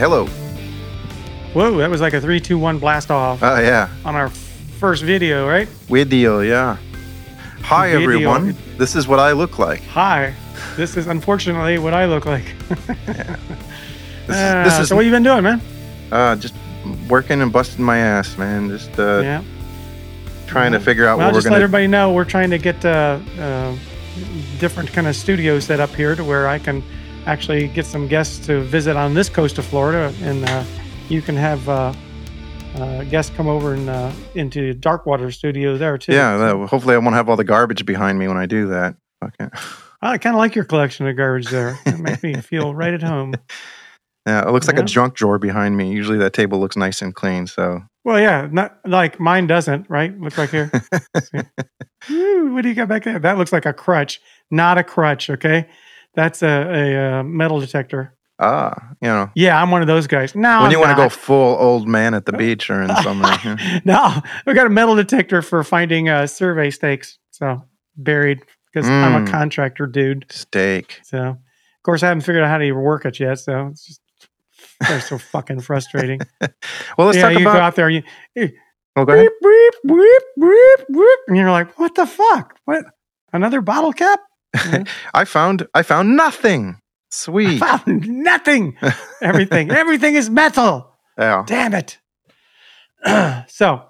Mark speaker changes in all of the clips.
Speaker 1: hello.
Speaker 2: Whoa, that was like a three, two, one blast off
Speaker 1: Oh, yeah.
Speaker 2: on our first video, right?
Speaker 1: Weird deal, yeah. Hi,
Speaker 2: Weird deal.
Speaker 1: everyone. This is what I look like.
Speaker 2: Hi, this is unfortunately what I look like.
Speaker 1: This
Speaker 2: Ah,
Speaker 1: is, this
Speaker 2: so what
Speaker 1: is
Speaker 2: you been doing, man?
Speaker 1: uh, just working and busting my ass, man. Just uh,
Speaker 2: yeah.
Speaker 1: trying to figure out
Speaker 2: Well,
Speaker 1: what we're
Speaker 2: just let
Speaker 1: going to
Speaker 2: everybody know we're trying to get uh, uh, different kind of studio set up here to where I can actually get some guests to visit on this coast of Florida, and uh, you can have uh, uh, guests come over and uh, into Darkwater Studio there too.
Speaker 1: Yeah, that- hopefully I won't have all the garbage behind me when I do that. Okay.
Speaker 2: I kind of like your collection of garbage there. It makes me feel right at home.
Speaker 1: Yeah, it looks like
Speaker 2: Yeah.
Speaker 1: a junk drawer behind me. Usually that table looks nice and clean, so
Speaker 2: Well, yeah, not like mine doesn't, right? Look like here. See? Ooh, what do you got back there? That looks like a crutch, not a crutch. Okay, that's a, a, uh metal detector.
Speaker 1: ah, you know,
Speaker 2: Yeah, I'm one of those guys. No,
Speaker 1: when you
Speaker 2: want
Speaker 1: want to go full old man at the beach or in summer. yeah.
Speaker 2: no, I got a metal detector for finding uh, survey stakes. So buried because I'm
Speaker 1: Mm.
Speaker 2: a contractor dude.
Speaker 1: Steak.
Speaker 2: So of course I haven't figured out how to work it yet. So it's just they're so fucking frustrating.
Speaker 1: Well, let's
Speaker 2: yeah,
Speaker 1: talk
Speaker 2: you go
Speaker 1: about.
Speaker 2: out there. You,
Speaker 1: Oh, go ahead.
Speaker 2: Weep, weep, weep, weep, weep. And you're like, what the fuck? What? Another bottle cap?
Speaker 1: I found I found nothing. Sweet.
Speaker 2: Found nothing. Everything. Everything is metal.
Speaker 1: yeah.
Speaker 2: Damn it. so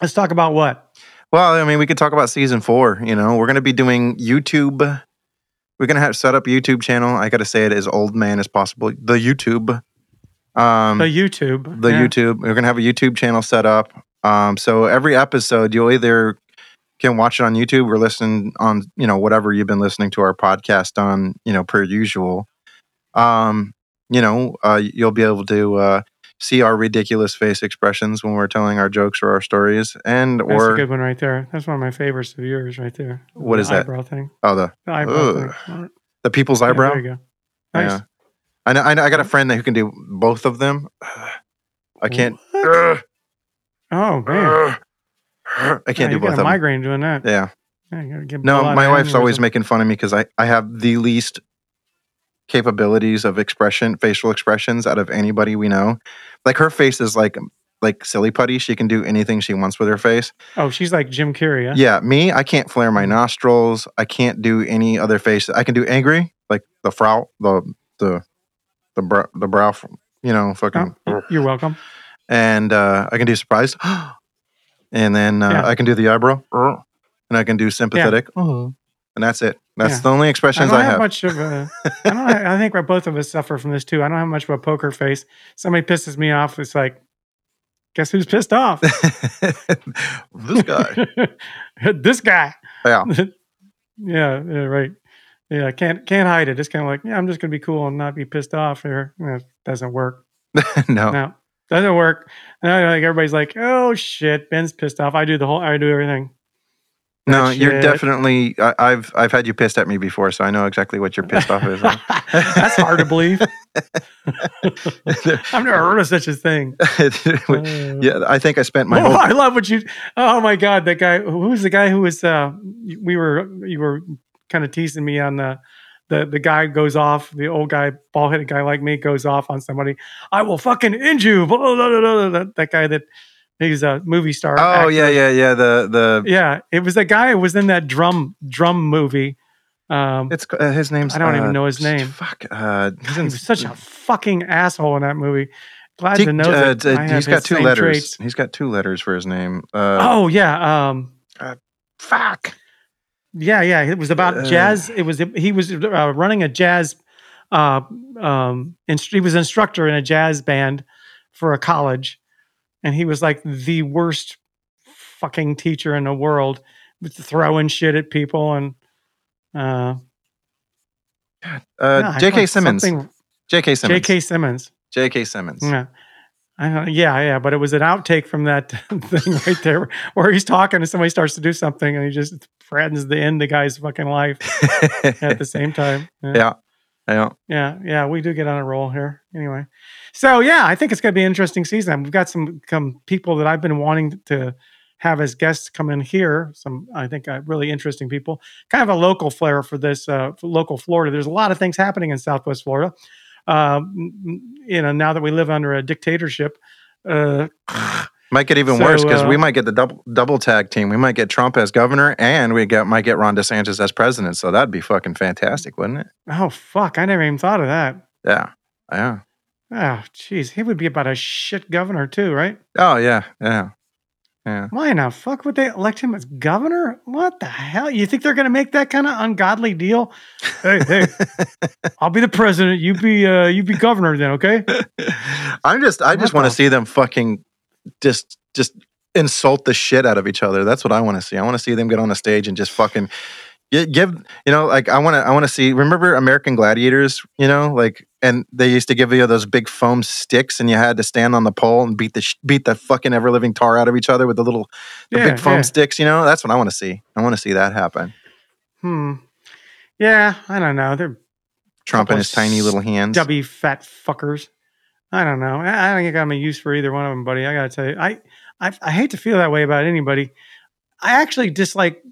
Speaker 2: let's talk about what?
Speaker 1: Well, I mean, we could talk about season four. You know, we're gonna be doing YouTube. We're gonna have set up YouTube channel. I gotta say it as old man as possible. The YouTube. Um,
Speaker 2: The YouTube.
Speaker 1: the
Speaker 2: Yeah.
Speaker 1: YouTube. We're gonna have a YouTube channel set up. Um, so every episode, you'll either can watch it on YouTube or listen on you know whatever you've been listening to our podcast on you know per usual. Um, you know, uh, you'll be able to uh, see our ridiculous face expressions when we're telling our jokes or our stories, and
Speaker 2: That's a
Speaker 1: or
Speaker 2: good one right there. That's one of my favorites of yours right there.
Speaker 1: What
Speaker 2: the
Speaker 1: is that?
Speaker 2: Eyebrow thing.
Speaker 1: oh the
Speaker 2: The eyebrow
Speaker 1: Ugh.
Speaker 2: thing. Alright.
Speaker 1: the people's
Speaker 2: Yeah,
Speaker 1: eyebrow.
Speaker 2: there you go. Nice.
Speaker 1: Yeah. I know, I know. I got a friend that who can do both of them. I can't.
Speaker 2: What?
Speaker 1: Ugh,
Speaker 2: Oh, man.
Speaker 1: ugh, ugh. I can't
Speaker 2: Yeah,
Speaker 1: do
Speaker 2: you got
Speaker 1: both
Speaker 2: a
Speaker 1: of them.
Speaker 2: migraine doing that.
Speaker 1: Yeah.
Speaker 2: Yeah, you gotta get
Speaker 1: No,
Speaker 2: a lot of
Speaker 1: my wife's always
Speaker 2: aneurysm.
Speaker 1: making fun of me because I, I have the least capabilities of expression, facial expressions out of anybody we know. Like her face is like like silly putty. She can do anything she wants with her face.
Speaker 2: Oh, she's like Jim Carrey. huh?
Speaker 1: Yeah, me, I can't flare
Speaker 2: Mm-hmm.
Speaker 1: my nostrils. I can't do any other face. I can do angry, like the frow, the the the brow, the brow, you know, fucking.
Speaker 2: Oh, you're welcome.
Speaker 1: And uh, I can do surprised, and then uh,
Speaker 2: Yeah.
Speaker 1: I can do the eyebrow, and I can do sympathetic, and that's it. That's
Speaker 2: Yeah.
Speaker 1: the only
Speaker 2: I
Speaker 1: expressions
Speaker 2: don't
Speaker 1: I,
Speaker 2: have
Speaker 1: have.
Speaker 2: much of a. I don't. Have, I think both of us suffer from this too. I don't have much of a poker face. Somebody pisses me off. It's like, guess who's pissed off?
Speaker 1: this guy.
Speaker 2: this guy.
Speaker 1: Yeah.
Speaker 2: yeah. Yeah. Right. Yeah. Can't can't hide it. It's kind of like, yeah, I'm just gonna be cool and not be pissed off here. No, it doesn't work.
Speaker 1: no.
Speaker 2: No, doesn't work. And I, like everybody's like, oh shit, Ben's pissed off. I do the whole. I do everything.
Speaker 1: No,
Speaker 2: That
Speaker 1: you're
Speaker 2: shit.
Speaker 1: definitely I, I've I've had you pissed at me before, so I know exactly what you're pissed off is.
Speaker 2: That's hard to believe. I've never heard of such a thing. Uh,
Speaker 1: yeah, I think I spent my
Speaker 2: oh,
Speaker 1: whole
Speaker 2: I love what you. Oh my God, that guy. Who was the guy who was? Uh, we were you were kind of teasing me on the the the guy goes off. The old guy, bald headed guy like me, goes off on somebody. I will fucking end you. Blah, blah, blah, blah, blah. That, that guy that he's a movie star.
Speaker 1: Oh
Speaker 2: actor.
Speaker 1: yeah, yeah, yeah. The the
Speaker 2: yeah. It was the guy who was in that drum drum movie. Um,
Speaker 1: it's uh, his name's
Speaker 2: I don't even
Speaker 1: uh,
Speaker 2: know his name.
Speaker 1: Fuck. Uh, he's
Speaker 2: he
Speaker 1: in-
Speaker 2: was such a fucking asshole in that movie. Glad
Speaker 1: Deke-
Speaker 2: to know
Speaker 1: uh,
Speaker 2: that
Speaker 1: d-
Speaker 2: I have
Speaker 1: he's got
Speaker 2: his
Speaker 1: two
Speaker 2: same
Speaker 1: letters.
Speaker 2: traits.
Speaker 1: He's got two letters for his name. Uh,
Speaker 2: Oh yeah. Um,
Speaker 1: fuck.
Speaker 2: Yeah, yeah. It was about
Speaker 1: Uh,
Speaker 2: jazz. It was he was uh, running a jazz. Uh, um, inst- he was an instructor in a jazz band for a college, and he was like the worst fucking teacher in the world, with throwing shit at people and. Uh,
Speaker 1: Uh,
Speaker 2: yeah, I
Speaker 1: J.K.
Speaker 2: thought
Speaker 1: Uh, Simmons.
Speaker 2: something-
Speaker 1: J.K. Simmons.
Speaker 2: J.K. Simmons.
Speaker 1: J.K. Simmons.
Speaker 2: Yeah. I don't, yeah, yeah, but it was an outtake from that thing right there, where he's talking and somebody starts to do something, and he just threatens to end the guy's fucking life at the same time. Yeah.
Speaker 1: yeah.
Speaker 2: Yeah, yeah, we do get on a roll here. Anyway, so yeah, I think it's going to be an interesting season. We've got some come people that I've been wanting to have as guests come in here. Some I think uh, really interesting people. Kind of a local flair for this uh, for local Florida. There's a lot of things happening in Southwest Florida. um, you know, now that we live under a dictatorship, uh,
Speaker 1: Might get even
Speaker 2: So,
Speaker 1: worse because
Speaker 2: uh,
Speaker 1: we might get the double double tag team. We might get Trump as governor, and we get might get Ron DeSantis as president. So that'd be fucking fantastic, wouldn't it?
Speaker 2: oh fuck, I never even thought of that.
Speaker 1: Yeah, yeah.
Speaker 2: Oh, jeez, he would be about a shit governor too, right?
Speaker 1: Oh yeah, yeah, yeah.
Speaker 2: Why in the fuck would they elect him as governor? What the hell? You think they're going to make that kind of ungodly deal? Hey, hey, I'll be the president. You be uh, you be governor then, okay?
Speaker 1: I'm just I just
Speaker 2: What
Speaker 1: want to
Speaker 2: the-
Speaker 1: see them fucking just just insult the shit out of each other. That's what I want to see. I want to see them get on a stage and just fucking gi- give you know like I want to I want to see remember American Gladiators, you know, like and they used to give you those big foam sticks and you had to stand on the pole and beat the sh- beat the fucking ever living tar out of each other with the little the
Speaker 2: Yeah,
Speaker 1: big foam
Speaker 2: yeah.
Speaker 1: sticks, you know? That's what I want to see. I want to see that happen.
Speaker 2: Hmm. Yeah, I don't know. They're
Speaker 1: Trump in
Speaker 2: Couple
Speaker 1: his tiny little hands.
Speaker 2: Dubby fat fuckers. I don't know. I I don't think I'm a use for either one of them, buddy. I gotta tell you, I, I I hate to feel that way about anybody. I actually dislike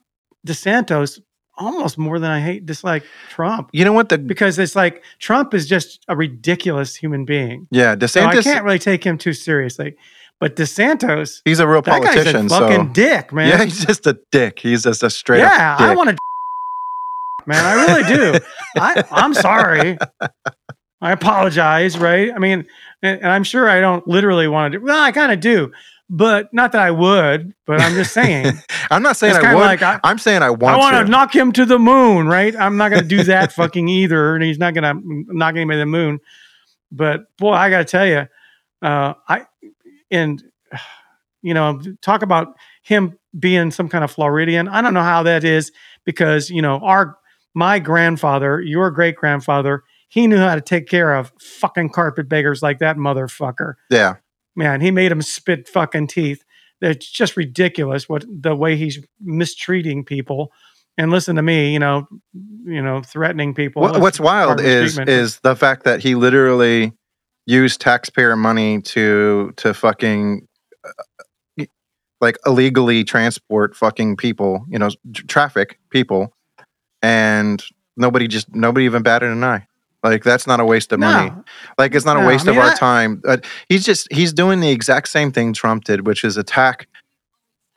Speaker 2: DeSantos almost more than I hate dislike Trump
Speaker 1: you know what the
Speaker 2: because it's like Trump is just a ridiculous human being.
Speaker 1: yeah,
Speaker 2: So I
Speaker 1: DeSantis
Speaker 2: can't really take him too seriously. But DeSantos,
Speaker 1: he's a real
Speaker 2: that guy's a
Speaker 1: politician, so
Speaker 2: fucking dick, man.
Speaker 1: Yeah, he's just a dick. He's just a straight up.
Speaker 2: yeah, I
Speaker 1: dick.
Speaker 2: want to, man. I really do. I, I'm sorry. I apologize, right? I mean, and, and I'm sure I don't literally want to do. Well, I kind of do, but not that I would. But I'm just saying,
Speaker 1: I'm not saying
Speaker 2: it's
Speaker 1: I
Speaker 2: kind of
Speaker 1: would.
Speaker 2: like I,
Speaker 1: I'm saying I
Speaker 2: I
Speaker 1: want,
Speaker 2: want
Speaker 1: to.
Speaker 2: to knock him to the moon, right? I'm not going to do that fucking either, and he's not going to knock anybody to the moon. But boy, I got to tell you, uh, I and you know, talk about him being some kind of Floridian. I don't know how that is because you know our my grandfather, your great grandfather, he knew how to take care of fucking carpetbaggers like that motherfucker
Speaker 1: yeah,
Speaker 2: man, he made him spit fucking teeth. It's just ridiculous what the way he's mistreating people. And listen to me, you know, you know, threatening people.
Speaker 1: what,
Speaker 2: That's
Speaker 1: what's
Speaker 2: part
Speaker 1: wild
Speaker 2: of his
Speaker 1: is
Speaker 2: treatment.
Speaker 1: is the fact that he literally used taxpayer money to to fucking uh, like illegally transport fucking people, you know, tr- traffic people, and nobody just nobody even batted an eye. Like that's not a waste of
Speaker 2: No,
Speaker 1: money. Like it's not
Speaker 2: No,
Speaker 1: a
Speaker 2: I
Speaker 1: waste
Speaker 2: mean,
Speaker 1: of our
Speaker 2: I-
Speaker 1: time. Uh, he's just he's doing the exact same thing Trump did, which is attack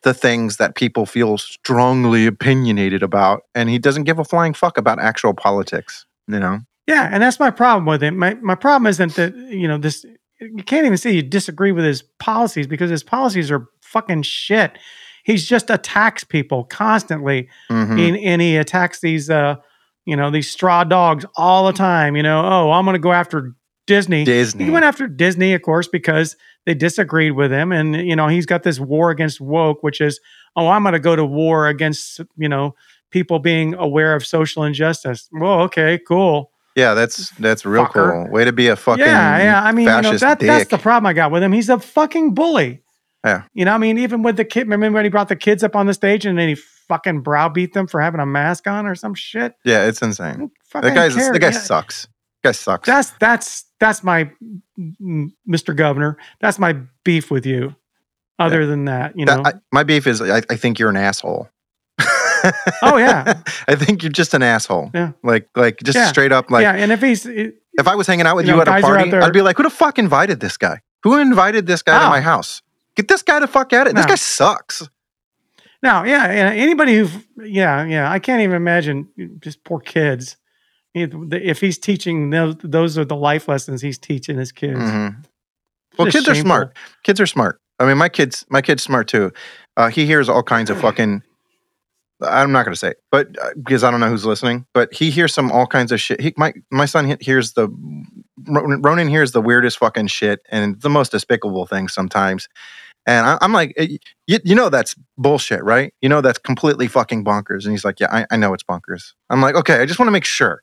Speaker 1: the things that people feel strongly opinionated about, and he doesn't give a flying fuck about actual politics. You know?
Speaker 2: Yeah, and that's my problem with him. My my problem isn't that you know this. You can't even say you disagree with his policies because his policies are fucking shit. He's just attacks people constantly.
Speaker 1: Mhm.
Speaker 2: and, and he attacks these uh you know these straw dogs all the time you know oh i'm gonna go after disney
Speaker 1: Disney.
Speaker 2: he went after disney of course because they disagreed with him and you know he's got this war against woke which is oh i'm gonna go to war against you know people being aware of social injustice well okay cool
Speaker 1: yeah, that's that's real
Speaker 2: Fucker.
Speaker 1: cool. Way to be a fucking
Speaker 2: yeah, yeah. I mean, you know,
Speaker 1: fascist
Speaker 2: that, that's
Speaker 1: dick.
Speaker 2: the problem I got with him. He's a fucking bully.
Speaker 1: Yeah.
Speaker 2: You know, I mean, even with the kid, remember when he brought the kids up on the stage and then he fucking browbeat them for having a mask on or some shit?
Speaker 1: yeah. It's insane.
Speaker 2: Who fucking
Speaker 1: That guy's
Speaker 2: cares?
Speaker 1: that guy
Speaker 2: Yeah.
Speaker 1: sucks. Guy sucks.
Speaker 2: That's that's that's my mm, Mr. Governor. That's my beef with you. Other than that, you
Speaker 1: That-
Speaker 2: know.
Speaker 1: I- my beef is I, I think you're an asshole.
Speaker 2: oh yeah,
Speaker 1: I think you're just an asshole.
Speaker 2: Yeah.
Speaker 1: Like like just
Speaker 2: Yeah.
Speaker 1: straight up like
Speaker 2: yeah. And if he's eh, it-
Speaker 1: If I was hanging out with
Speaker 2: You
Speaker 1: you,
Speaker 2: know,
Speaker 1: at
Speaker 2: guys
Speaker 1: a
Speaker 2: are out
Speaker 1: party,
Speaker 2: there-
Speaker 1: I'd be like, who the fuck invited this guy? Who invited this guy
Speaker 2: Oh.
Speaker 1: to my house? Get this guy the fuck out of it. This
Speaker 2: No.
Speaker 1: guy sucks.
Speaker 2: no, yeah, yeah. Anybody who, yeah, yeah. I can't even imagine eh, just poor kids. If if he's teaching those, those are the life lessons he's teaching his kids.
Speaker 1: Mhm. Well,
Speaker 2: Just
Speaker 1: kids are
Speaker 2: shameful.
Speaker 1: smart. Kids are smart. I mean, my kids, my kid's smart too. Uh, he hears all kinds of fucking. I'm not gonna say, it, but uh, because I don't know who's listening, but he hears some all kinds of shit. He, my my son he- hears the Ron- Ronan hears the weirdest fucking shit and the most despicable things sometimes, and I, I'm like, "Eh, you, you know that's bullshit, right? You know that's completely fucking bonkers. And he's like, yeah, I, I know it's bonkers. I'm like, okay, I just want to make sure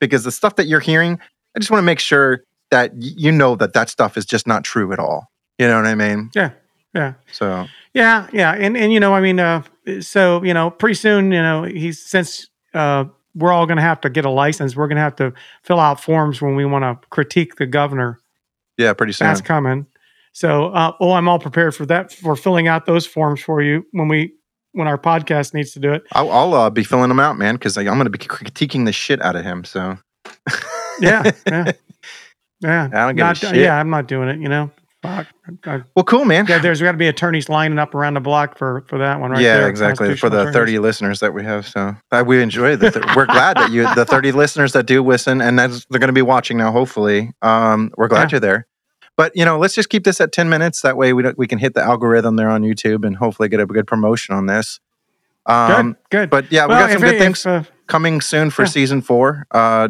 Speaker 1: because the stuff that you're hearing, I just want to make sure that y- you know that that stuff is just not true at all. You know what I mean?
Speaker 2: Yeah, yeah.
Speaker 1: So
Speaker 2: Yeah, yeah, and and you know, I mean, uh, so you know, pretty soon, you know, he's since uh, we're all going to have to get a license, we're going to have to fill out forms when we want to critique the governor.
Speaker 1: yeah, pretty soon.
Speaker 2: That's coming. So, uh, oh, I'm all prepared for that. For filling out those forms for you when we when our podcast needs to do it.
Speaker 1: I'll, I'll uh, be filling him out, man, because I'm going to be critiquing the shit out of him. So
Speaker 2: Yeah, yeah. Yeah.
Speaker 1: I don't give a
Speaker 2: Not-
Speaker 1: shit.
Speaker 2: Yeah, I'm not doing it. You know. Fuck. I-
Speaker 1: Well, cool, man.
Speaker 2: yeah, there's got to be attorneys lining up around the block for for that one, right
Speaker 1: yeah,
Speaker 2: there.
Speaker 1: exactly. For the
Speaker 2: constitutional attorneys.
Speaker 1: 30 listeners that we have, so Uh, we enjoy the. th- we're glad that you, the 30 listeners that do listen, and that's, they're going to be watching now. Hopefully, um, we're glad
Speaker 2: Yeah.
Speaker 1: you're there. But you know, let's just keep this at 10 minutes. That way, we don't, we can hit the algorithm there on YouTube and hopefully get a good promotion on this. Um,
Speaker 2: good, good.
Speaker 1: But yeah, we
Speaker 2: Well,
Speaker 1: got some
Speaker 2: if-
Speaker 1: good
Speaker 2: if,
Speaker 1: things
Speaker 2: uh,
Speaker 1: coming soon for
Speaker 2: yeah.
Speaker 1: season four. Uh,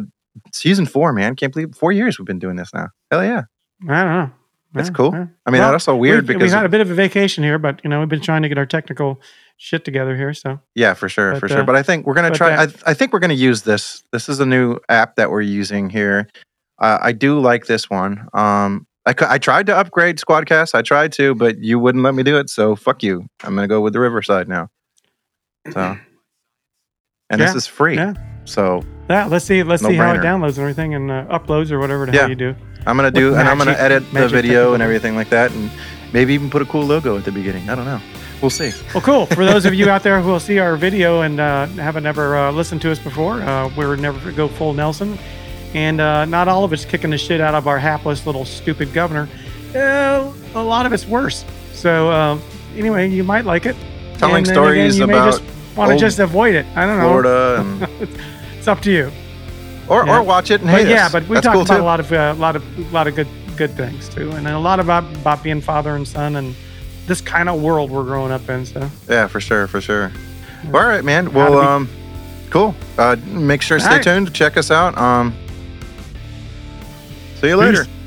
Speaker 1: season four, man, can't believe four years we've been doing this now. Hell yeah,
Speaker 2: I don't know.
Speaker 1: that's
Speaker 2: Yeah,
Speaker 1: cool.
Speaker 2: yeah.
Speaker 1: I mean,
Speaker 2: Well,
Speaker 1: that's so weird
Speaker 2: we've,
Speaker 1: because
Speaker 2: we've had a bit of a vacation here, but you know we've been trying to get our technical shit together here. So
Speaker 1: Yeah, for sure,
Speaker 2: But,
Speaker 1: for sure.
Speaker 2: uh,
Speaker 1: But I think we're gonna
Speaker 2: but,
Speaker 1: try.
Speaker 2: uh,
Speaker 1: I, I think we're gonna use this. This is a new app that we're using here. Uh, I do like this one. Um, I, cou- I tried to upgrade Squadcast. I tried to, but you wouldn't let me do it. So fuck you. I'm gonna go with the Riverside now. So, and this
Speaker 2: Yeah,
Speaker 1: is free.
Speaker 2: yeah.
Speaker 1: So
Speaker 2: yeah, let's see, let's see how it
Speaker 1: No-brainer.
Speaker 2: downloads and everything and uh, uploads or whatever the
Speaker 1: Yeah.
Speaker 2: hell you do.
Speaker 1: I'm gonna do,
Speaker 2: With
Speaker 1: and I'm gonna
Speaker 2: magic-
Speaker 1: edit the
Speaker 2: magic
Speaker 1: video and
Speaker 2: technical.
Speaker 1: everything like that, and maybe even put a cool logo at the beginning. I don't know. We'll see.
Speaker 2: Well, cool. For those of you out there who will see our video and uh, haven't ever uh, listened to us before, uh, we're Never Go Full Nelson. And uh, not all of it's kicking the shit out of our hapless little stupid governor. Uh, a lot of it's worse. So, um, anyway, you might like it.
Speaker 1: Telling
Speaker 2: And then
Speaker 1: stories
Speaker 2: again, you
Speaker 1: about
Speaker 2: may just want to
Speaker 1: old
Speaker 2: just avoid it. I don't know.
Speaker 1: Florida, and,
Speaker 2: It's up to you.
Speaker 1: or
Speaker 2: Yeah.
Speaker 1: or watch it and hate
Speaker 2: But yeah,
Speaker 1: us.
Speaker 2: but we
Speaker 1: That's
Speaker 2: talked
Speaker 1: cool
Speaker 2: about
Speaker 1: too.
Speaker 2: a lot of a lot of lot of good good things too, and a lot about about being father and son and this kind of world we're growing up in. So.
Speaker 1: Yeah, for sure, for sure.
Speaker 2: Yeah.
Speaker 1: All right, man.
Speaker 2: Gotta
Speaker 1: Well,
Speaker 2: be-
Speaker 1: um, cool. Uh, make sure to stay
Speaker 2: All right.
Speaker 1: tuned. Check us out. Um, see you later.
Speaker 2: Peace.